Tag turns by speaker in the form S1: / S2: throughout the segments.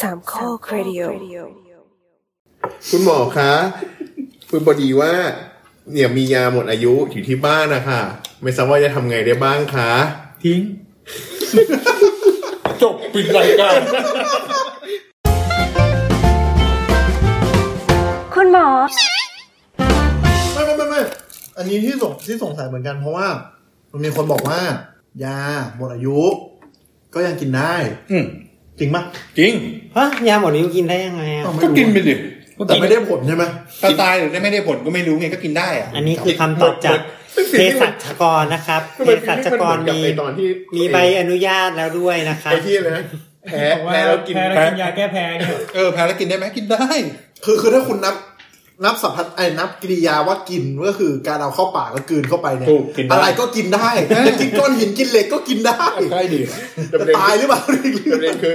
S1: สามข้อครดิโอ
S2: คุณหมอคะคุณพอดีว่า เนี่ยมียาหมดอายุอยู่ที่บ้านนะคะไม่ทราบว่าจะทำไงได้บ้างคะ
S3: ทิ้ง จบปิดรายการ
S1: คุณหมอ
S4: ไม่ไม่ไม่ไม่อันนี้ที่สงที่สงสัยเหมือนกันเพราะว่า มันมีคนบอกว่า ยาหมดอายุ ก็ยังกินได้
S3: อืม
S4: จริงปะ
S3: จริง
S5: ฮะยาหมดอายุกินได้ยังไงอ่ะ
S4: อ้าวไม่
S3: ก็
S4: รู้
S3: กินไปสิ
S4: แต่ไม่ได้ผลใช่ไหม
S3: ถ้าตายหรือไม่ได้ผลก็ไม่รู้ไงก็กินได้อะ
S5: อันนี้คือคำตอบจากเภสัชกรนะครับเภสัชกรมี
S2: ไอตอนที่
S5: มีใบอนุญาตแล้วด้วยนะครับ
S2: ไอที่อะไรนะแพ้แพ้แล้วกิน
S6: แพ้แล้วกินยาแก้แพ้เนี่ย
S3: เออแพ้แล้วกินได้ไหมกินได้
S4: คือคือถ้าคุณนับ นับสัมผัสไอ้นับกิริยาว่ากินก็คือการเอาเข้าปากแล้วกลืนเข้าไปเนี่ย
S3: ถูกกินได้
S4: อะไรก็กิน ได้จะกินก้อนหินกินเหล็กก็กินได้
S3: ใกล้ดี
S4: จะตายหรือเปล่าเรื่
S2: ประ
S4: อง
S2: เด็นคือ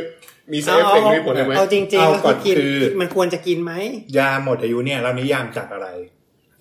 S2: มีเซ
S5: เอา
S2: ฟเฟ
S5: เอา
S2: กต์มีผลไหม
S5: เอาจริง
S3: เอา
S5: ๆก็
S3: ก่อน
S5: คือกิน
S3: คือ
S5: มันควรจะกินไหม
S3: ยาหมดอายุเนี่ยเรานิยามจากอะไร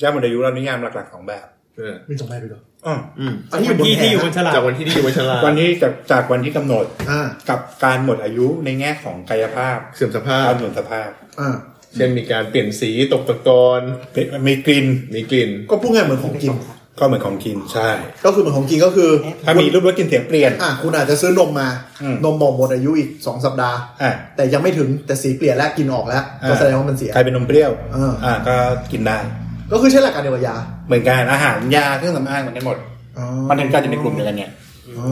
S3: ยาหมดอายุเรานิยามหลักๆสองแบบ
S2: เออ
S4: มีสองแบบเลยเหรอ
S3: อ้อ
S2: อืม
S4: อันนี้
S6: วันที่ที่อยู่บนฉลาก
S2: จากวันที่ที่อยู่บนฉลาก
S3: วันนี้จากจากวันที่กำหนด
S4: อ่า
S3: กับการหมดอายุในแง่ของกายภาพ
S2: เสื่อมสภาพ
S3: การหนุนสภาพ
S4: อ่า
S2: เช่นมีการเปลี่ยนสีตกตะกอน
S3: เป็นมีกลิ่น
S2: มีกลิ่น
S4: ก็พูดง่ายเหมือนของกิน
S3: ก็เหมือนของกินใช่
S4: ก็คือเหมือนของกินก็คือ
S3: ถ้ามีรูปรสกลิ่นเสียงเปลี่ยน
S4: อ่ะคุณอาจจะซื้อนมมา
S3: อืม
S4: นมบอกหมดอายุอีกสองสัปดาห์
S3: อ่ะ
S4: แต่ยังไม่ถึงแต่สีเปลี่ยนแล้วกินออกแล้ว
S3: อ่า
S4: ก็แสดงว่ามันเสีย
S3: กลายเป็นนมเปรี้ยว
S4: เอออ่
S3: อ่าก็กินได้
S4: ก็คือใช้หลักการเดียวกับยา
S3: เหมือนกันอาหารยาเครื่องสำอางเหมือนกันหมด
S4: มั
S3: มันเป็นการอยู่ในกลุ่มเดียวกันเนี่ย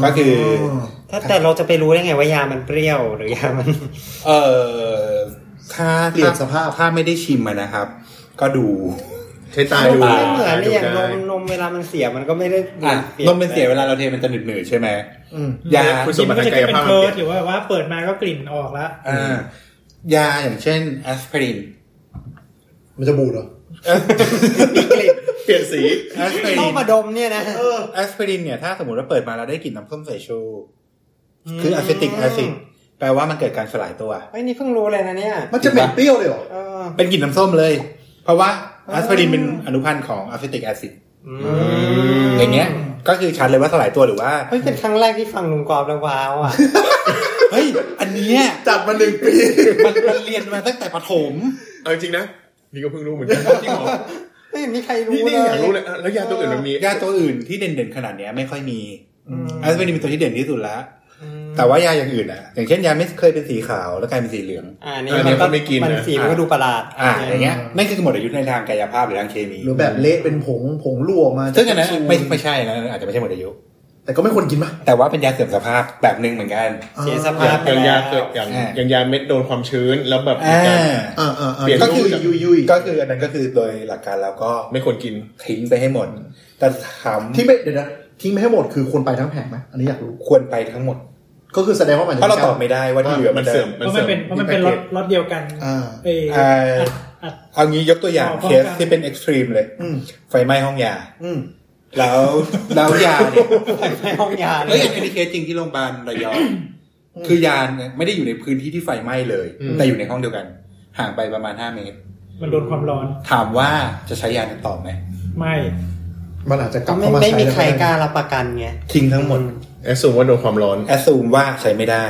S3: ก็คือ
S5: ถ้าแต่เราจะไปรู้ได้ไงว่ายามันเปรี้ยวหรือยา มัน
S3: เออถ้า
S4: เปลี่ยนสภาพ
S3: ถ้าไม่ได้ชิมอะนะครับ ก็ดู
S2: ใช้ตา
S5: ไม่
S2: ดู
S5: เหมือนเนี่ยอย่างน
S2: ได้
S5: มนมเวลามันเสียมันก็ไม่ได้
S3: อ่ะ
S5: ปลี่ย
S3: นมเป็นเสียเวลาเราเทมันจะหนืดหนืดๆใช่ไหม
S4: อืม
S3: ยา
S2: คุณสมบัติ
S6: ก็
S2: ทา
S6: จะ
S2: งกาย
S6: เป็น
S2: ภาพ
S6: เพิร์ดหรือว่าว่าเปิดมาก็กลิ่นออกละ
S3: อ่ายาอย่างเช่นแอสไพริน
S4: มันจะบูดเหรอ
S2: เปลี่ยนสี
S3: แอสไพริ
S5: เข้าน มาดมเนี่ยนะ
S3: แอสไพรินเนี่ยถ้าสมมติว่าเปิดมาเราได้กลิ่นน้ำส้มสายชู คืออะซิติกแอซิดแปลว่ามันเกิดการสลายตัว
S5: ไอ้ยนี่เพิ่งรู้เลยนะเนี่ย
S4: มันจะเหม็นเปรี้ยวเลยเหรอ
S5: เออ
S3: เป็นกลิ่นน้ำส้มเลย เพราะว่าแอสไพรินเป็นอนุพันธ์ของอะซิติกแอซิด
S5: อืม
S3: อย่างเงี้ย ก็คือชัดเลยว่าสลายตัวหรือว่า
S5: เฮ้ยเป็นครั้งแรกที่ฟังลุงกรอบแล้วว้าวอ่ะ
S3: เฮ้ย อันเนี้ย
S4: จัดมาหนึ่งปี
S3: มันมันเรียนมาตั้งแต่ประถม
S2: เอาจริงนะนี่ก็เพิ่งรู้เหมือนกันจริงเหรอ
S5: ไม่มีใครรู้
S2: นี่นี่
S5: เล
S2: อยากรู้เลย ยอ่ะแล้วยาตัวอื่นมันมี
S3: ยาตัวอื่นที่เด่นๆขนาดเนี้ยไม่ค่อยมี
S5: อืม
S3: แอสไพรินเป็นตัวที่เด่นที่สุดแล้ว แต่ว่ายาอย่างอื่นอ่ะ อย่างเช่นยาไม่เคยเป็นสีขาวแล้วกลายเป็นสีเหลือง
S5: อ่านี่
S2: อันนี้ก็ไม่กิน
S5: มัน
S2: นะ
S5: สีมันก็ดูประหลาด
S3: อ่า อย่างเงี้ยนั่นคือหมดอายุในทางกายภาพหรือทางเคมี
S4: หรือแบบเละเป็นผงผงรั่วออกมา
S3: ซึ่งอันนั้นไม่ไม่ใช่นะอาจจะไม่ใช่หมดอายุ
S4: แต่ก็ไม่ควรกินป่ะ
S3: แต่ว่าเป็นยาเสริมสภาพแบบหนึ่งเหมือนกัน
S5: เสียส
S2: อ
S5: ภา
S2: ย่า
S5: พ
S2: ง
S5: ไป
S2: อ
S5: แล้ว
S2: ย่างยาเกิดอย่าง
S3: อ่า
S2: อย่างยาเม็ดโดนความชื้นแล้วแบบมี
S3: อ่า
S2: การ
S4: อ่าอ่าอ่า
S2: เปลี่ยน
S4: ก็คือยุยยุย
S3: ก็คืออันนั้นก็คือโดยหลักการแล้วก็
S2: ไม่ควรกิน
S3: ทิ้งไปให้หมด แต่ถาม
S4: ที่ไม่เดี๋ยวนะทิ้งไม่ให้หมดคือควรไปทั้งแผงไหมอันนี้อยากรู้
S3: ควรไปทั้งหมด
S4: ก็คือแสดงว่ามัน
S3: เพราะเราตอบไม่ได้ว่าที่เหลือ
S2: มั
S3: มัน น
S2: เส
S3: เส
S2: ริ
S3: ริ
S2: ม
S3: ม
S6: เพ
S2: มัน
S6: ราะ
S2: เส
S6: มั
S2: ริ
S6: น
S2: ม
S6: เป็นเพราะมันเป็นล็อตล็อตเดียวกัน
S4: อ่า
S6: เอย
S3: อ่า
S6: อัด
S3: เอางี้ยกตัวอย่าง
S6: อ๋อ
S3: เคส
S6: ป้องกัน
S3: ที่เป็นเอ็กซ์ตรีมเลย
S4: อืม
S3: ไฟไหม้ห้องยา
S4: อืม
S3: แล้วแล้วยาเนี่ย
S5: ในห้องยาเล
S3: แล้ว
S5: ย
S3: อย่างในเคสจริงที่โรงพยาบาลระยองคือยาเนี่ยไม่ได้อยู่ในพื้นที่ที่ไฟไหม้เลย แต่อยู่ในห้องเดียวกัน ห่างไปประมาณ 5 เมตร
S6: มันโดนความร้อน
S3: ถามว่าจะใช้ยานั้นต่อไหม
S6: ไม่
S4: มันอาจจะกลับ
S5: ไม่
S4: เข้ามา
S5: ไม่
S4: ใช้
S5: มีใครกล้า
S4: แล้ว
S5: รับประกันไง
S3: ทิ้งทั้งหมด
S2: แอสซูมว่าโดนความร้อน
S3: แอสซูมว่าใช้ไม่ได้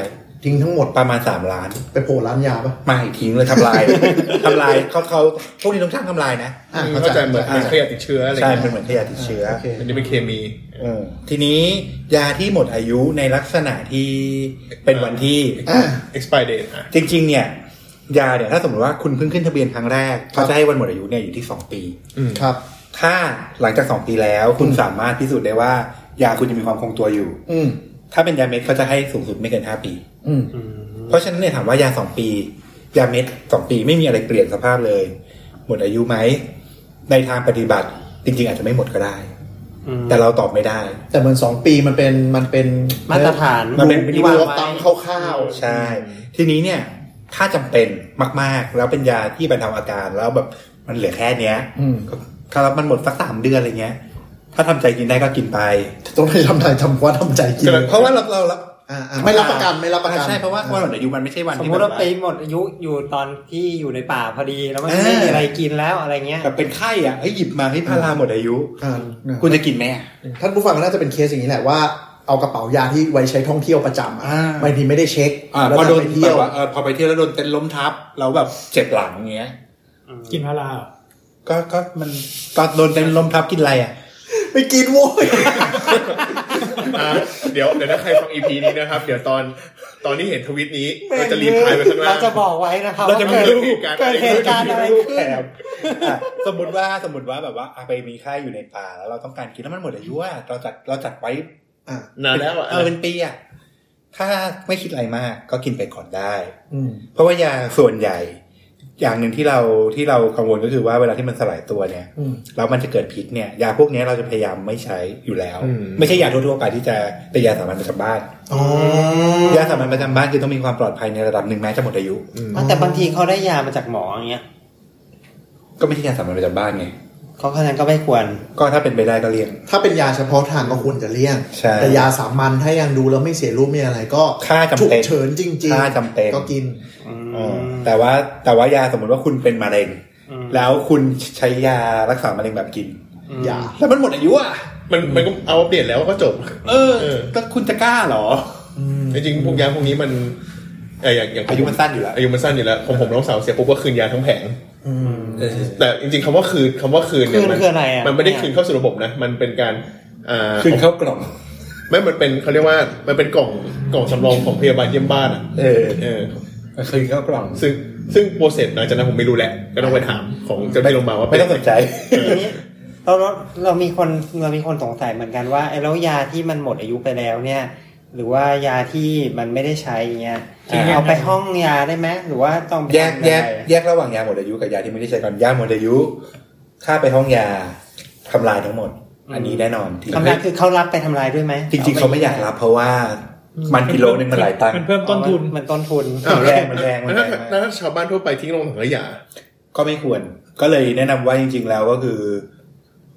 S4: ทิ้งทั้งหมด
S3: ประมาณ 3 ล้าน
S4: ไปโผล่ร้านยาป่ะ
S3: ไม่ทิ้งเลยทำล าย ทำลายเขาเขาพวกนี้ต้องช่างทำลายนะ
S4: อ่า
S2: เข้าใจเหมือนเหมือนเครียดติดเชื้ออะไร
S3: ใช่
S2: เงี้ย
S3: เป็นเหมือนขยะติดเชื้อ
S4: โอเค
S2: อันนี้เป็นเคมี
S3: เออทีนี้ยาที่หมดอายุในลักษณะที่เป็นวันที่
S4: อ่า
S2: expire date อ่ะ
S3: จริง ๆ เนี่ย ยาเนี่ยถ้าสมมติว่าคุณเพิ่งขึ้นทะเบียนครั้งแรกเขาจะให้วันหมดอายุเนี่ยอยู่ที่ 2 ปี
S2: อืม
S4: ครับ
S3: ถ้าหลังจาก 2 ปีแล้วคุณสามารถพิสูจน์ได้ว่า ยาคุณยังมีความคงตัวอยู่
S4: อืม
S3: ถ้าเป็นยาเม็ดเขาจะให้สูงสุดไม่เกิน 5 ปี
S4: อืม
S3: เพราะฉะนั้นเนี่ยถามว่ายา 2 ปี ยาเม็ด 2 ปีไม่มีอะไรเปลี่ยนสภาพเลย หมดอายุไหมในทางปฏิบัติ จริง ๆ อาจจะไม่หมดก็ได้
S5: อืม
S3: แต่เราตอบไม่ได้
S4: แต่เหมือนสองปีมันเป็นมันเป็น
S5: มาตรฐาน
S3: มันเป็น
S4: วิธี
S5: ที่วาง
S4: ลด
S5: ไว้
S4: ตามคร่าว
S3: ใช่ ทีนี้เนี่ย ถ้าจำเป็นมาก ๆ แล้วเป็นยาที่บรรเทาอาการแล้วแบบมันเหลือแค่เนี้ย
S4: ๆอืม
S3: ถ้ารับมันหมดสักสามเดือนอะไรเงี้ย ถ้าทำใจกินได้ก็กินไป
S4: ต้องให้ทำใจทำว่าทำใจกิน
S3: เพราะว่าเราเรารับ
S4: อ่าอ่าไม่รับประกันไม่รับประกัน
S3: ใช่เพราะว่าวันหมดอายุมันไม่ใช่วัน
S5: สม
S3: ที่
S5: มติ
S3: แบบ
S5: ว่าไป
S3: ว่า
S5: หมดอายุอยู่ตอนที่อยู่ในป่าพอดีแล้วมัน
S3: เออ
S5: ไม่มีอะไรกินแล้วอะไรเงี้ย
S3: แบบเป็นไข้อ่ะเฮ้ยหยิบมาให้ยพาราหมดอายุ
S4: อ่า
S3: คุณจะกินไหมอะ
S4: ท่านผู้ฟังก็น่าจะเป็นเคสอย่างนี้แหละว่า เอากระเป๋ายาที่ไว้ใช้ท่องเที่ยวประจำอะ
S3: อ่า
S4: บางทีไม่ได้เช็ค
S3: อ่า
S4: แล้ว
S3: พอโดน
S4: ไป
S3: แบ
S4: เที่ยว
S3: บว่าเออพอไปเที่ยวแล้วโดนเต็นท์ล้มทับแล้วแบบเจ็บหลังอย่างเงี้ย
S6: กินพาราเหรอ
S3: ก็ก็มันตอนโดนเต็นท์ล้มทับกินอะไรอ่ะ
S4: ไปกินโว้ย
S2: อ่ะเดี๋ยวเดี๋ยวถ้าใครฟังอีพีนี้นะครับ เดี๋ยวตอนตอนที่เห็นทวิตนี้เราจะรีพลายไปข้างล่า
S5: เรา
S2: ง
S5: จะบอกไว้นะครับ
S3: เราจะมี
S5: ว่
S2: รูป
S5: เกิดเหตุการณ์อะไรขึ้น
S3: อ่ะสมมติว่าสมมติว่าแบบว่าอ่ะไปมีค่ายอยู่ในป่าแล้วเราต้องการกินแล้วมันหมดอายุอ่ะเราจัดเราจัดไว้
S2: นานแล้วอ่ะ
S3: เออเป็นปีอ่ะถ้าไม่คิดอะไรมากก็กินไปก่อนได้
S4: อืม
S3: เพราะว่ายาส่วนใหญ่ อย่างหนึ่งที่เราที่เรากังวลก็คือว่าเวลาที่มันสลายตัวเนี่ย
S4: อืม
S3: แล้วมันจะเกิดพิษเนี่ยยาพวกเนี้ยเราจะพยายามไม่ใช้อยู่แล้ว
S2: อืม
S3: ไม่ใช่ยาทั่วๆไปที่จะเป็นยาสามัญประจำบ้าน
S4: อ๋อ
S3: ยาสามัญประจำบ้านคือต้องมีความปลอดภัยในระดับหนึ่งแม้จะหมดอายุ
S5: อ่ะแต่บางทีเขาได้ยามาจากหมออย่างเงี้ย
S3: ก็ไม่ใช่ยาสามัญประจำบ้านไง
S5: เขาคะนั้นก็ไม่ควร
S3: ก็ถ้าเป็นไปได้ก็เลี่ยง
S4: ถ้าเป็นยาเฉพาะทางก็ควรจะเลี่ยง
S3: ใช่
S4: แต่ยาสามัญถ้ายังดูแล้วไม่เสียรูปไม่อะไรก็
S3: ค่าจำเป็น
S4: ฉุกเฉินจริงๆ
S3: ค่าจำเป็น
S4: ก็กิน
S3: แต่ว่าแต่ว่ายาสมมติว่าคุณเป็นมะเร็ง
S5: อืม
S3: แล้วคุณใช้ยารักษามะเร็งแบบกิน
S4: ยา
S3: แล้วมันหมดอายุอ่ะ
S2: มันมันก็เอาอัปเดตแล้วก็จบ
S3: เออ
S2: เออ
S3: แล้วคุณจะกล้าเหรอ
S2: จริงๆพวกยาพวกนี้มันเอ่ออย่างอย่าง
S3: อายุมันสั้นอยู่แล้ว
S2: อายุมันสั้นอยู่แล้วของผมน้องสาวเสียปุ๊บก็คืนยาทั้งแผง
S4: อืม
S2: แต่จริงๆคำว่าคืนคำว่าคืนเนี่ย
S5: คืน
S2: มัน
S5: คืออะไรอะ
S2: มันไม่ได้คืนเข้าสู่ระบบนะ มันเป็นการอ่า
S3: คืนเข้ากล่อง
S2: ไม่มันเป็นเขาเรียกว่ามันเป็นกล่องกล่องสำรองของพยาบาลเยี่ยมบ้านอ่ะ
S3: เออ
S2: เออ
S3: คืนเข้ากล่อง
S2: ซึ่งซึ่งโปรเซสหลังจากนั้นผมไม่รู้แหละก็ต้องไปถามของเจ้าหน้าที่โรงพยาบาลว่า
S3: ไม่ต้องสนใจ
S5: ทีนี้ เราเราเรามีคนเรามีคนสงสัยเหมือนกันว่าไอ้แล้วยาที่มันหมดอายุไปแล้วเนี่ย หรือว่ายาที่มันไม่ได้ใช้อย่างเงี้ย
S3: อ่า
S5: เอาไปห้องยาได้ไหมหรือว่าต้องไป
S3: แยก
S5: ทำอะไร
S3: แยกแยกระหว่างยาหมดอายุกับยาที่ไม่ได้ใช้ก่อนยาหมดอายุค่าไปห้องยาทำลายทั้งหมด อันนี้แน่นอน
S5: ทำลายคือเขารับไปทำลายด้วยไหม
S3: จริง ๆเขาไม่อยากรับเพราะว่ามันกิโลนึงมันหลายตังค์
S6: มันเพิ่มต้นทุน
S5: มันต้นทุน
S2: อ้าวแล้ว
S3: แรงมันแรงมัน
S2: แล้ว
S3: แรมาก
S2: ถ้างแล้วถ้าชาวบ้านทั่วไปทิ้งลงถังขยะ
S3: ก็ไม่ควร ก็เลยแนะนำว่าจริง ๆ แล้วก็คือ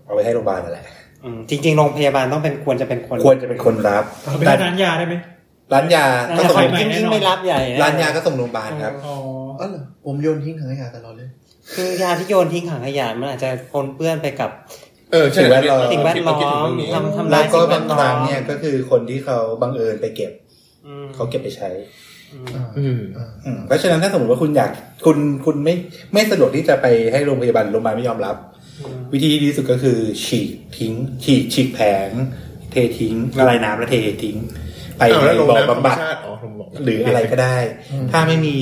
S3: เอาไปให้โรงพยาบาลนั่นแหละ
S5: อืมจริงๆ โรงพยาบาลต้องเป็นควรจะเป็นคน
S3: ควรจะเป็นคนรับ
S6: เอาไปให้ร้านยาได้ไหม
S3: ร้านยาก็
S5: แต่
S3: ส่ง
S5: เขา
S6: ไป
S5: จริงๆไม่รับใหญ่ะ
S3: ร้านยาก็ส่งโรงพยาบาลครับ
S6: อ๋อ
S4: อ๋อเหรอผมโยนทิ้งถังขยะตลอดเลย
S5: คือยาที่โยนทิ้งถังขยะมันอาจจะปนเปื้อนไปกับ
S2: เออใช่
S3: สิ่งแวดล้อม
S5: สิ่งแวดล้อ
S2: คิดถึง
S5: ม
S2: เรื่องนี้
S5: ทำทำ
S3: แล้
S5: ลา
S3: วย ก็
S5: สิ่งแว
S3: บาง
S5: ดล้
S3: ค
S5: อ
S3: รั้ง
S5: ม
S3: เนี่ยก็คือคนที่เขาบังเอิญไปเก็บ
S5: อืม
S3: เขาเก็บไปใช้
S2: อืม
S3: อืมเพราะฉะนั้นถ้าสมมติว่าคุณอยากคุณคุณไม่ไม่สะดวกที่จะไปให้โรงพยาบาลโรงพยาบาลไม่ยอมรับ วิธีที่ดีที่สุดก็คือ ฉีกทิ้ง ฉีกฉีกแผง เททิ้งละลายน้ำแล้วเททิ้ง ไป
S2: อ้าว
S3: ใน
S2: แล้วโรง
S3: บ่อ
S2: น้ำธรรม
S3: บำบัด
S2: ชาติอ๋อโรงบ่ำบัด
S3: หรืออะไรก็ได้ ถ้าไม่มี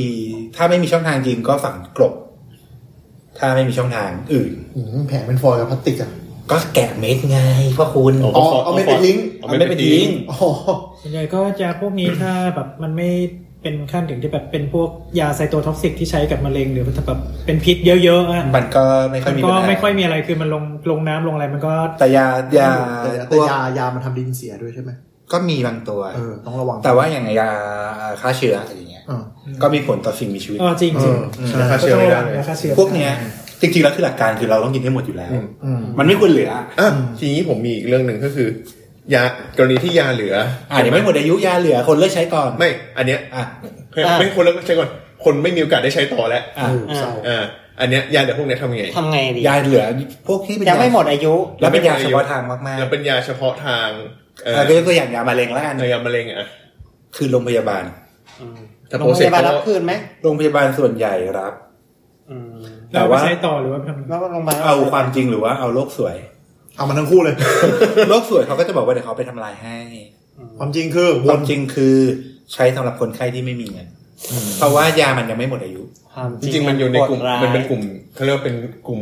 S3: ถ้าไม่มีช่องทางจริงก็ฝังกลบ ถ้าไม่มีช่องทางอื่น
S4: อืมแผงเป็นฟอยล์กับพลาสติกอ่ะ
S3: ก็แกะเม็ดไงพ่อคุณ
S2: ก็ข
S4: เอาไม่ไปทิ้ง
S2: เอาไม่ไปทิ้ง
S4: อ๋อ
S6: ส่วนใหญ่ก็ยาพวกนี้ถ้าแบบมันไม่เป็นขั้นถึงที่แบบเป็นพวกยาไซโตท็อกซิกที่ใช้กับมะเร็งหรือว่าถ้าแบบเป็นพิษเยอะๆอะ
S3: มันก็ไม่ค่อย
S6: มัน
S3: มี
S6: ก็
S3: ปัญ
S6: ไม่ค่อย
S3: หา
S6: มีอะไรคือมันลงลงน้ำลงอะไรมันก็
S3: แต่ยา ยา
S4: แต่
S3: พ
S4: แต่
S3: วก
S4: ยายามันทำดินเสียด้วยใช่ไหม
S3: ก็มีบางตัว
S4: เออ ต้องระวัง
S3: แต่ว่าอย่างยาฆ่าเชื้ออะไรอย่างเงี้ย
S4: อ่า
S3: ก็มีผลต่อสิ่งมีชีวิต
S6: เออจริงจริง
S4: เออใช่
S6: ก็
S2: ฆ่าเชื้อไม่ได้
S6: ต้องระวังนะฆ่าเชื้อ
S3: พวกเนี้ย จริงๆแล้วคือหลักการคือเราต้องกินให้หมดอยู่แล้ว
S2: อืม
S4: อืม
S3: มันไม่ควรเหลือ
S2: อ่ะทีนี้ผมมีอีกเรื่องหนึ่งก็คือ ยากรณีที่ยาเหลือ
S3: อ่าเดี๋ยวไม่หมดอายุยาเหลือคนเลิกใช้ก่อน
S2: ไม่อันเนี้ย
S3: อ่ะ
S5: อ่ะ
S2: ไม่คนแล้วใช้ก่อนคนไม่มีโอกาสได้ใช้ต่อแล้ว
S3: อ่ะ
S5: อ่า
S4: เศร้า
S2: อ่าอันเนี้ยยาเหลือพวกเนี้ยทำยังไง
S5: ทำไงดี
S3: ยาเหลือพวกที่เป็น
S5: ยังไม่หมดอายุ
S3: แล้วเป็นยาเฉพาะทางมาก
S2: แล้วเป็นยาเฉพาะทาง
S3: ๆ
S2: เอ่อ
S3: อ่ะยกตัวอย่างยามะเร็งแล้วกัน
S2: ในยามะเร็งอ่ะ
S3: คือโรงพยาบาล
S2: แต่
S5: โร
S2: โป
S5: ง
S2: รเซ
S5: พ
S2: ส
S5: ยาบาล
S2: เขา
S5: รับคืนไหม
S3: โรงพยาบาลส่วนใหญ่รับ
S6: เรา
S3: แต่
S6: ไป
S3: ว่า
S6: ใช้ต่อหรือว่าทำ
S5: แล้วโรงพยาบาล
S3: เอาความจริงหรือว่าเอาโลกสวย
S4: เอามันทั้งคู่เลย
S3: โลกสวยเขาก็จะบอกว่าเดี๋ยวเขาไปทำลายให้
S4: ความจริงคือว
S3: ความ
S4: น
S3: จริงคือใช้สำหรับคนไข้ที่ไม่มีเงินเพราะว่ายามันยังไม่หมดอายุ
S5: ความ
S2: จริงๆมันอยู่ในกลุ่ม
S5: โหดร้า
S2: มันเป็นกลุ่มเขาเรียกว่าเป็นกลุ่ม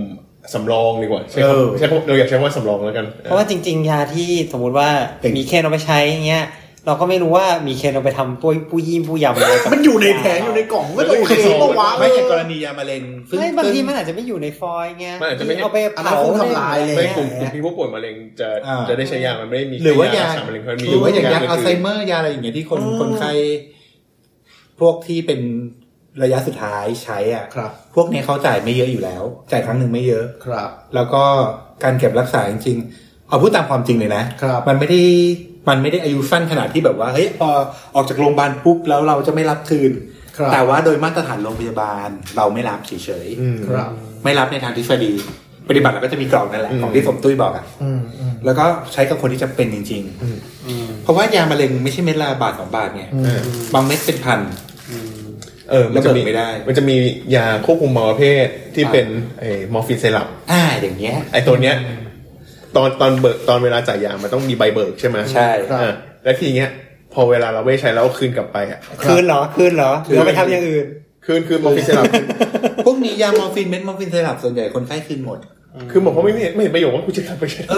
S2: สำรองดีกว่าใช่ค
S3: เออ
S2: ำใช่คำเราอยากใช้คำว่าสำรองแล้วกัน
S5: เพราะว่าจริง ๆ ยาที่สมมติว่า
S3: เป็น
S5: มีเคนเอาไปใช้อย่างเงี้ย เราก็ไม่รู้ว่ามีเคนเอาไปทำปุ้ยปุ้ยยิ้มปุ้ยยำอะไรกับ
S4: มันอยู่ในแผงอยู่ในกล่องก็โอเคปะวะ
S3: ไม่อย่างกรณียามะเร็งซึ่
S5: ไม่บางทีมันอาจจะไม่อยู่ในฟอยล์ไงเอาไป
S4: อันนั้
S5: เผาน
S4: คงทำลายเลย
S2: ไม่กลุ่มกลุ่มที่ผู้ป่วยมะเร็งจะ
S3: อ่า
S2: จะได้ใช้ยามันไม่ได้มี
S3: หรือว่ายา
S2: แค่รักษมะเร็งเพราะมี
S3: หรือว่าอย่างยา
S2: วิธีก
S3: อัล
S2: น
S3: ไซเมอร์ยาอะไรอย่างเงี้ยที่คนคนไข้พวกที่เป็นระยะสุดท้ายใช้อ่ะ
S4: ครับ
S3: พวกเนี้ยเขาจ่ายไม่เยอะอยู่แล้ว จ่ายครั้งหนึ่งไม่เยอะ
S4: ครับ
S3: แล้วก็การเก็บรักษาจริงๆ เอาพูดตามความจริงเลยนะครับ มันไม่ได้ มันไม่ได้อายุสั้นขนาดที่แบบว่า เฮ้ย พอออกจากโรงพยาบาลปุ๊บแล้วเราจะไม่รับคืน
S4: ครับ
S3: แต่ว่าโดยมาตรฐานโรงพยาบาลเราไม่รับเฉย
S4: ครับ
S3: ๆ ไม่รับในทางทฤษฎี ปฏิบัติแล้วก็จะมีกล่องนั่นแหละ
S2: อืม
S3: ของที่สมตุ้ยบอกอะ
S4: อืมอืม
S3: แล้วก็ใช้กับคนที่จะเป็นจริง
S5: อืม
S3: ๆ เพราะว่ายามะเร็งไม่ใช่เม็ดละบาทสองบาทไง
S4: อื
S2: เอ
S4: ม
S2: อบ
S3: างเม็ดเป็นพัน
S2: เออมันจะมี
S3: ระเบิดไม่ได้
S2: มันจะมียาควบคุมมะเภทที่เป็นไอ้มอร์ฟีนไซรัป
S3: อ่าอย่างเงี้ย
S2: ไอ้ตัวเนี้ย ตอนตอนเบิกตอนเวลาจ่ายยามันต้องมีใบเบิกใช่ไหม
S3: ใช่
S2: อ่าแล้วทีเนี้ย พอเวลาเราไม่ใช้แล้วเอาคืนกลับไปอ่ะ
S5: คืนเหรอคืนเหรอหรือเอาไปทำอย่างอื่น
S2: คืนคือมอร์ฟีนไซรัป
S3: พวกนี้ยามอร์ฟินเม็ดมอร์ฟินไซรัปส่วนใหญ่คนไข้คืนหมด
S2: คือหมอเขาไม่เห็นไม่เห็นประโยชน์ว่ากูจะกลับไปใช้
S3: เอ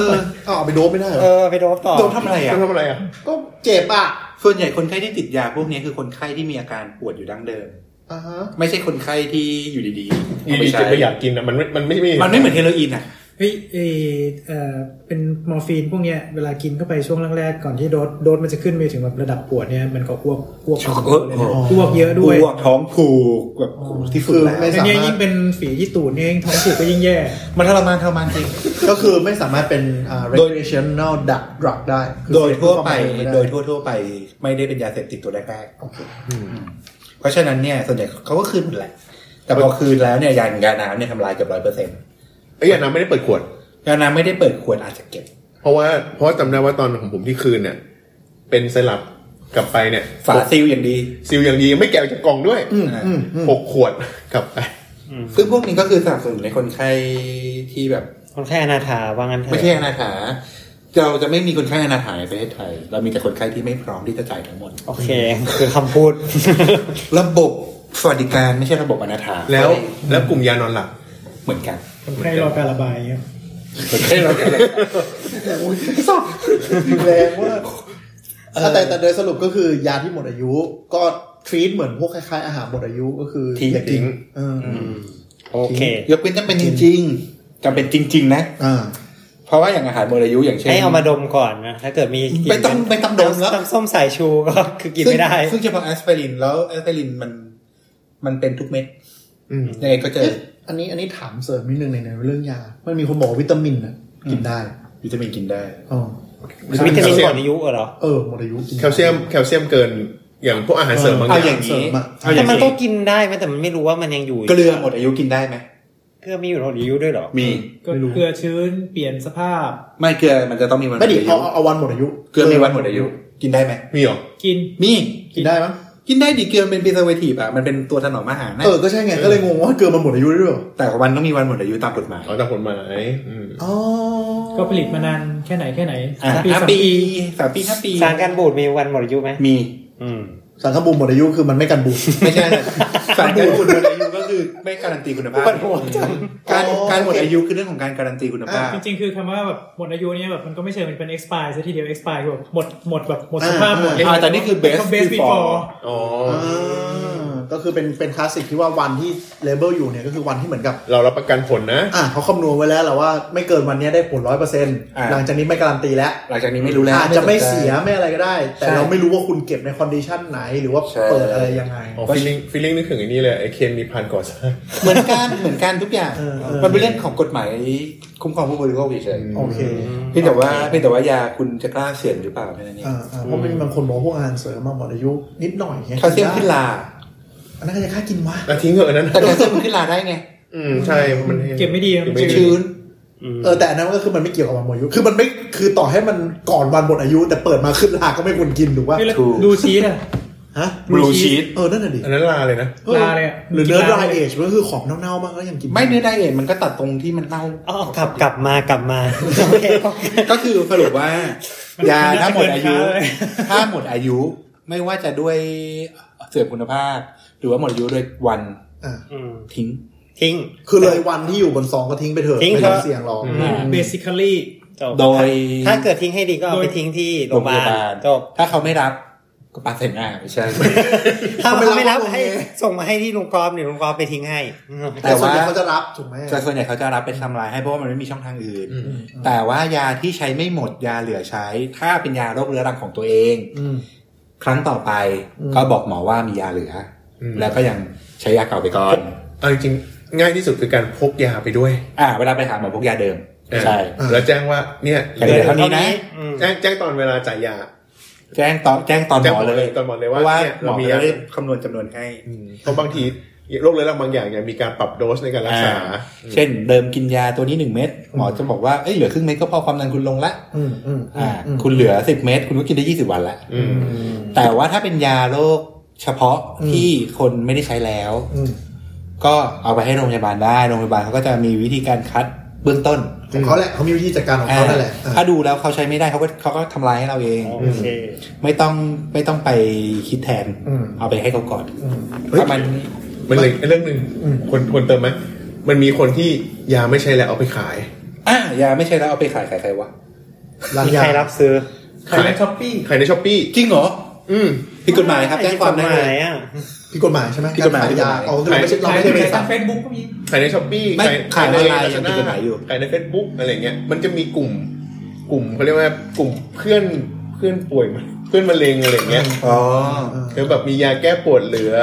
S3: อ
S2: ทำไม
S4: เอาเอาไปโดบไม่ได้เหร
S5: เอ
S4: อ
S5: อไปโดบต่อ
S3: โดนทำอะไรอ่ะ
S2: ทำอะไรอ่ะ
S4: ก็เจ็บอ่ะ
S3: ส่วนใหญ่คนไข้ที่ติดยาพวกนี้คือคนไข้ที่มีอาการปวดอยู่ดั้งเดิม
S4: อ่าฮะ
S3: ไม่ใช่คนไข้ที่อยู่ดีๆ
S2: อยู่
S3: เอาไป
S2: ดี
S3: ใช้
S2: จะไปอยากกินอ่ะมันไม่มันไม่มี
S3: มันไม่เหมือนเฮโรอีนอ่ะ
S6: เฮ้ยเออเอ่อเป็นมอร์ฟีนพวกเนี้ยเวลากินเข้าไปช่วงแรกๆก่อนที่โดสโดสมันจะขึ้นไปถึงแบบระดับปวดเนี่ยมันก็อ้วกอ้วกพอสมควรเลยนะ
S3: โอ้โห
S6: อ้วกเยอะด้วย
S3: อ้วกท้องผูกแบบที่สุด
S4: คือ
S3: แล้ว
S4: ไม่
S6: แต่
S4: สา
S6: เนี่ย
S4: มาร
S6: ยิ่
S4: ถ
S6: งเป็นฝีที่ตูดเนี่ยยิ่งท้องผูกก็ยิ่งแย่
S3: มันทรมานทรมานจริง
S4: ก็คือไม่สามารถเป็นอ่า
S3: โดย
S4: recreational drug drug ได้คือ
S3: โดยทั่วไป
S4: เสพเข้าม่ไ
S3: โดยทั่วๆไปไม่ได้เป็นยาเสพติดตัวแรกๆเพราะฉะนั้นเนี่ยส่วนใหญ่เขาก็คืนหมดแหละ แต่พอคืนแล้วเนี่ยยาหนึ่งยาน้ำเนี่ยทำลายเกือบร้อยเปอร์เซ็นต์
S2: ไอ้ยยาน้ำไม่ได้เปิดขวด
S3: ยาน้ำไม่ได้เปิดขวดอาจจะเก็บ
S2: เพราะว่าเพราะว่าจำได้ว่าตอนของผมที่คืนเนี่ย เป็นไซรัปกลับไปเนี่ย
S3: ฝาซีลอย่างดี
S2: ซิลอย่างดีไม่แกะจากกล่องด้วย
S4: อืมอืมอืม
S2: หกขวดกลับไป
S3: ซึ่งพวกนี้ก็คือสนับสนุนในคนไข้ที่แบบ
S5: คนไข้อนาถาว่างั้นเถอะ
S3: ไม่ใช่อนาถาเราจะไม่มีคนไข้อนาถาในประเทศไทย เรามีแต่คนไข้ที่ไม่พร้อมที่จะจ่ายทั้งหมด
S5: โอเค คือคำพูด
S3: ระบบสวัสดิการไม่ใช่ระบบอนาถา
S2: แล้วแล้วกลุ่มยานอนหลับ
S3: เหมือนกัน
S6: คนไข้รอการระบายครับ
S3: คนไข้เรา
S4: แรงมากแต่แต่โดยสรุปก็คือยาที่หมดอายุ ก็ทรีตเหมือนพวกคล้ายๆอาหารหมดอายุก็คือ
S3: ทิ้ง
S4: อย่า
S3: ทิ้ง
S4: เอออ
S5: โอเค
S3: ยกเว้นจำเป็นจริงๆจำเป็นจริง ๆ นะ
S4: อ่า
S3: เพราะว่าอย่างอาหารหมดอายุอย่างเช่น
S5: ให้เอามาดมก่อนนะ ถ้าเกิดมีกลิ่น
S3: ไม่ต้องไม่ต้องดมแล้ว
S5: น้ำส้มสายชูก็คือกินไม่ได้
S3: ซึ่งซึ่งเฉพาะแอสไพรินแล้วแอสไพรินมันมันเป็นทุกเม็ดยังไงก็เจอ
S4: เอ๊ะอันนี้อันนี้ถามเสริมนิดนึงในในเรื่องยา มันมีคนบอกว่าวิตามินน่ะกินได้
S3: วิตามินกินได้
S4: อ๋อ
S5: วิตามินหมดอายุเหรอ
S4: เออหมดอายุกินได้
S2: แคลเซียมแคลเซียมเกินอย่างพวกอาหารเสริมบาง
S3: เอาอย่
S2: อา
S3: ย่าง ง
S4: เสริ
S3: นี้
S4: มอะ
S3: เอาอ
S5: แต่
S3: ย่าง
S5: มันก็
S3: นี้
S5: กินได้ไหมแต่มันไม่รู้ว่ามันยังอยู่
S3: เกลือหมดอายุกินได้ไหม
S5: เกลือมีอยู่หมดอายุด้วยเหรอ
S3: มี
S6: ก็เกลือชื้นเปลี่ยนสภาพ
S3: ไม่เกลือมันจะต้องมีวันหม
S4: ไม่
S3: ด
S4: ดิ
S3: อายุ
S4: เอาเอาเอาวันหมดอายุ
S3: เกลือมีวันหมดอายุ กินได้ไหม
S2: มีเหรอ
S6: กิน
S3: มี
S4: กินได้มั้ย
S3: กินได้ดิเกลือมันเป็นปีเซอร์เวทีฟอะมันเป็นตัวถนอมอาหารนะ
S4: เออก็ใช่ไงก็เลยงงว่าเกลือมันหมดอายุด้วยเหรอ
S3: แต่วันต้องมีวันหมดอายุตามกฎหมาย
S2: เอาตามกฎหมายอืม
S4: อ๋อ
S6: ก็ผลิตมานานแค่ไหนแค่ไหน
S3: อ่ะ
S6: สามปี
S3: ห้า
S6: สาม
S3: ปีสามปีห้าปี
S5: สารกันบูดมีวันหมดอายุไหม
S3: มี
S5: อืม
S4: สารกระบูมหมดอายุคือมันไม่กันบูม
S3: ไม่ใช่สารการหมดอายุก็คือไม่การันตีคุณภาพการ
S4: อ๋อ
S3: การหมดอายุคือเรื่องของการการันตีคุณภาพ
S6: จริงๆ คือคำว่าแบบหมดอายุเนี่ยแบบมันก็ไม่เชิงมันเป็น expire ซะทีเดียว expire คือแบบหมดหมดแบบหมดสภาพหมด
S3: อ่าแต่นี่คือ best
S6: ก็ best
S3: before
S6: before
S2: อ๋อ
S4: อ่าก็คือเป็นเป็นคลาสสิกที่ว่าวันที่เลเบลอยู่เนี่ยก็คือวันที่เหมือนกับ
S2: เรารับประกันผลนะ
S4: อ่ะเขาคำนวณไว้แล้วแหละว่าไม่เกินวันเนี้ยได้ผลร้อยเปอร์เซ็นต์
S3: อ่า
S4: หลังจากนี้ไม่การันตีแล้ว
S3: หลังจากนี้ไม่รู้แล้ว
S4: อาจจะไม่เสียไม่อะไรก็ได้ แต่
S3: ใช่
S4: เราไม่รู้ว่าคุณเก็บในคอนดิชันไหนหรือว่า
S3: ใช่
S4: เปิดอะไรยังไง
S2: อ๋อฟีลลิ่งฟีลลิ่งนึกถึงไอันนี้เลยไอ้เคมีพันก่อสร้าง
S3: เหมือนกันเหมือนกันทุกอย่าง
S4: เออเออ
S3: มันเป็นเรื่องของกฎหมายคุ้มครองผู้บริโภคเฉย
S4: โอเค
S3: ๆเพียงแต่ว่าเพียงแต่ว่ายาคุณจะกล้าเสี่ยงหรือเปล่าแค่นั้นเอง
S4: อ่าอ่าเพราะมันมีบางคนบอกว่าพวกอาหารเสริมมาหมดอายุนิดหน่อยงี้
S3: แคลเซียมขึ้นลา
S4: อันนั้นก็จะค่ากินวะ
S2: อ่ะทิ้งเหอะอันนั้น
S3: แต่แคลเซียมมันขึ้นลาได้ไง
S2: อืมใช่เพราะมัน
S6: เก็บไม่ดีมัน
S2: เก็บไม่ดี
S3: ชื้น
S4: เออแต่อันนั้นก็คือมันไม่เกี่ยวกับวันหมดอายุ คือมันไม่คือต่อให้มันก่อนวันหมดอายุ แต่เปิดมาขึ้นราก็ไม่ควรกินถูกป่ะ
S6: เฮ้ยแล้ว
S3: ถูก
S6: ดูชีสอ่ะ
S4: ฮะ
S3: blue
S6: blue
S3: cheese
S4: เออนั่นน่ะดิ
S2: อันนั้นลาเลยนะ
S6: ลาเลยอะ
S4: หรือเนื้อดรายเอชก็คือของเน่าๆบ้างก็ยังกิน
S3: ไม่เนื้อไดเอทมันก็ตัดตรงที่มันเน่า
S5: อ๋อกลับกลับมากลับมาโอเค
S3: ก็คือสรุป ว่า
S6: มัน
S3: ยาถ้าหมด
S6: น่าจะ
S3: อายุ
S6: เกินค่าเลย
S3: ถ้าหมดอายุ ไม่ว่าจะด้วยเสื่อมคุณภาพ หรือว่าหมดอายุด้วยวัน
S4: อ่า
S5: อืม
S3: ทิ้ง
S5: ทิ้ง
S4: คือเลยวันที่อยู่บนซองก็ทิ้งไปเถอะ
S5: ทิ้ง
S4: ไม่
S5: เถ
S4: ต้
S5: อะ
S4: องเสี่ยงหรอก
S2: อืม
S6: basically
S5: จบ
S3: โดย
S5: ถ้าเกิดทิ้งให้ดีก็เอาไปทิ้งที่โรงพยาบาลจบ
S3: ถ้าเขาไม่รับก็ปาเซน่าไม่ใช่
S5: ถ้าเขาไม่รับให้ส่งมาให้ที่ลุงกรอบเดี๋ยวลุงกรอบไปทิ้งให้
S4: แต่ส่วนใหญ่เขาจะรับถูกไหม
S3: แต่ส่วนใหญ่เขาจะรับไปทำลายให้เพราะว่ามันไม่มีช่องทางอื่น แต่ว่ายาที่ใช้ไม่หมดยาเหลือใช้ ถ้าเป็นยาโรคเรื้อรังของตัวเอง
S4: อืม
S3: ครั้งต่อไป
S4: อืม
S3: ก็บอกหมอว่ามียาเหลืออ
S2: ม
S3: แล้วก็ยังใช้ยาเก่าไปก่อน
S2: เอาจริงๆง่ายที่สุดคือการพกยาไปด้วย
S3: อ่า เวลาไปหาหมอพกยาเดิม ใช่
S4: อ่า
S2: แล้วแจ้งว่าเนี่ย
S3: แต่เดี๋ยวเท่านี้นะ
S5: อืม
S2: แจ้งแจ้งตอนเวลาจ่ายยา
S3: แจ้งตอนแจ้งตอนห
S2: แจ้ง
S3: มอเลย
S2: ตอนหมอเลย
S3: เพ
S2: ว่า
S3: ราะว่า
S2: เนี่ย
S3: หมอ
S2: เรามี
S3: จะ
S2: ยา
S3: ได้คำนวณจำนวนให้
S2: เพราะบางที โรคเรื้อรังบางอย่างเนี่ยมีการปรับโดสในการรักษา
S3: อ่าเช่นเดิมกินยาตัวนี้หนึ่งเม็ดหมอจะบอกว่าเอ้ยเหลือครึ่งเม็ดก็พอความดันคุณลงละ
S4: อืมอืม
S3: อ่า คุณเหลือสิบเม็ดคุณก็กินได้ยี่สิบวันละ
S2: อืม
S4: อืม
S3: แต่ว่าถ้าเป็นยาโรคเฉพาะ
S4: อืม
S3: ที่คนไม่ได้ใช้แล้ว
S4: อืม
S3: ก็เอาไปให้โรงพยาบาลได้โรงพยาบาลเขาก็จะมีวิธีการคัดเบื้องต้น
S4: ของเขาแหละเขามีวิธีจัดการของเขานั่นแหละ
S3: อ่าถ้าดูแล้วเขาใช้ไม่ได้เขาก็เขาก็ทำลายให้เราเอง
S5: โอเค
S3: ไม่ต้องไม่ต้องไปคิดแทน
S4: อืม
S3: เอาไปให้เขาก่อน
S4: อืม
S2: เฮ้ย
S3: ประมาณนี้
S2: มันเลยเรื่องหนึ่ง
S4: อืม
S2: คนคนเติมไหมมันมีคนที่ยาไม่ใช่แล้วเอาไปขาย
S3: อ่ะยาไม่ใช่แล้วเอาไปขายขายใครวะ
S4: ร้าน
S5: มี
S4: ยา
S5: ใครรับซื้อ
S2: ขายในช้อปปี้ขายในช้อปปี้
S3: จริงเหรอ
S2: อืม
S3: ผิดกฎหมายครับแจ้งความได้
S5: ผิดกฎ
S3: เล
S5: หมาย
S3: ย
S5: อ่ะ
S4: ผิดกฎหมายใช่ไหม
S3: ผิดกฎหมาย
S4: รขยาอ๋อคือเราไม่ใช่เรา
S7: ขาย
S4: ไม่ใช่บริษั
S7: ทา
S4: ท
S7: งเฟซบุ๊กก็มี
S2: ขายในช้อปปี้
S3: ไม่ขายในไลน์ยังผิดกฎหมายอยู่
S2: ขายในเฟซบุ๊กอะไรเงี้ยมันจะมีกลุ่ม กลุ่มเขาเรียกว่ากลุ่มเพื่อนเพื่อนป่วยมั้ยเพื่อนมะเร็งอะไรเงี้ย
S3: อ๋อ
S2: คือแบบมียาแก้ปวดเหลือ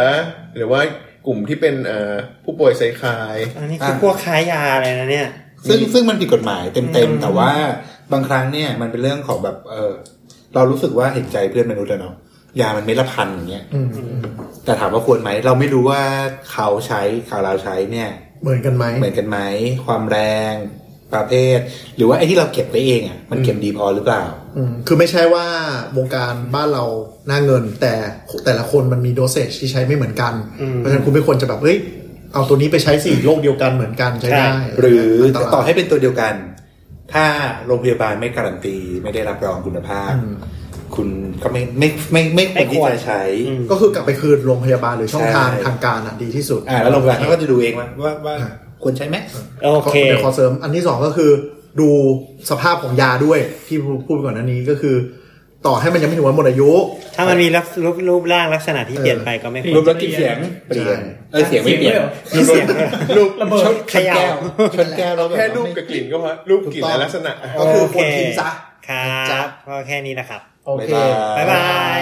S2: หรือว่ากลุ่มที่เป็นเอ่อผู้ป่วยไซคลาย
S5: อันนี้คือพวกค้ายาอะไรนะเนี่ย
S3: ซึ่งซึ่งมันผิดกฎหมายเต็ม
S5: อืม
S3: ๆ แต่ว่าบางครั้งเนี่ยมันเป็นเรื่องของแบบเออเรารู้สึกว่าเห็นใจเพื่อนมนุษย์อะเนาะยามันเม็ดละพันอย่างเงี้ย
S4: อืม
S3: แต่ถามว่าควรไหม เราไม่รู้ว่าเขาใช้เขาเราใช้เนี่ย
S4: เหมือนกันไหม
S3: เหมือนกันไหม ความแรงประเภท หรือว่าไอ้ที่เราเก็บไว้เองอ่ะมันเก็บดีพอหรือเปล่า
S4: อืมคือไม่ใช่ว่าวงการบ้านเราหน้าเงิน แต่แต่ละคนมันมีโดเซจที่ใช้ไม่เหมือนกัน
S5: อืม
S4: เพราะฉะนั้นคุณไม่ควรจะแบบเฮ้ยเอาตัวนี้ไปใช้สี่โรคเดียวกันเหมือนกันใช้ได้
S3: หรือน
S4: าย
S3: ต่อให้เป็นตัวเดียวกัน ถ้าโรงพยาบาลไม่การันตีไม่ได้รับรองคุณภาพ
S4: อืม
S3: คุณก็ไม่ไม่ไม่ไม่ควรที่จะใช้
S5: อืม
S4: ก็คือกลับไปคืนโรงพยาบาลหรือช่องทาง
S3: ใช่
S4: ทางการอ่ะดีที่สุด
S3: อ่าแล้วโรงพยาบาลเขาก็จะดูเองว่าว่าว่า
S4: อ่า
S3: ควรใช้ไหม
S5: โอเค
S4: ดี๋ยวขอเสริม อันที่สองก็คือดูสภาพของยาด้วยที่พูดก่อนหนั้นนี้ก็คือ ต่อให้มันยังไม่ถึงวันหมดอายุ
S5: ถ้ามันมีลักษรูปรูปร่างลักษณะที่เปลี่ยนไปก็ไม่ควร
S3: รูปลักษณ์เสียงเปลี่ยนเออเสียงไม่เปลี่ยน
S7: เสียงด้วยเหรอ
S3: รูปเสียงรูประเบิด
S5: เขย่า
S3: ชนแก้วแล้วบบ
S2: แค่รูปกับกลิ่นก็พอรูปกลิ่น
S4: ถูกต้อง
S2: และลักษณะ
S4: ก็คือ
S5: โอ
S4: ค
S5: เคว
S4: รทิ้งซะ
S5: ครั
S4: จ้ะ
S5: บก็แค่นี้นะครับ
S4: โอเค
S3: บ๊ายบาย
S5: บ๊ายบาย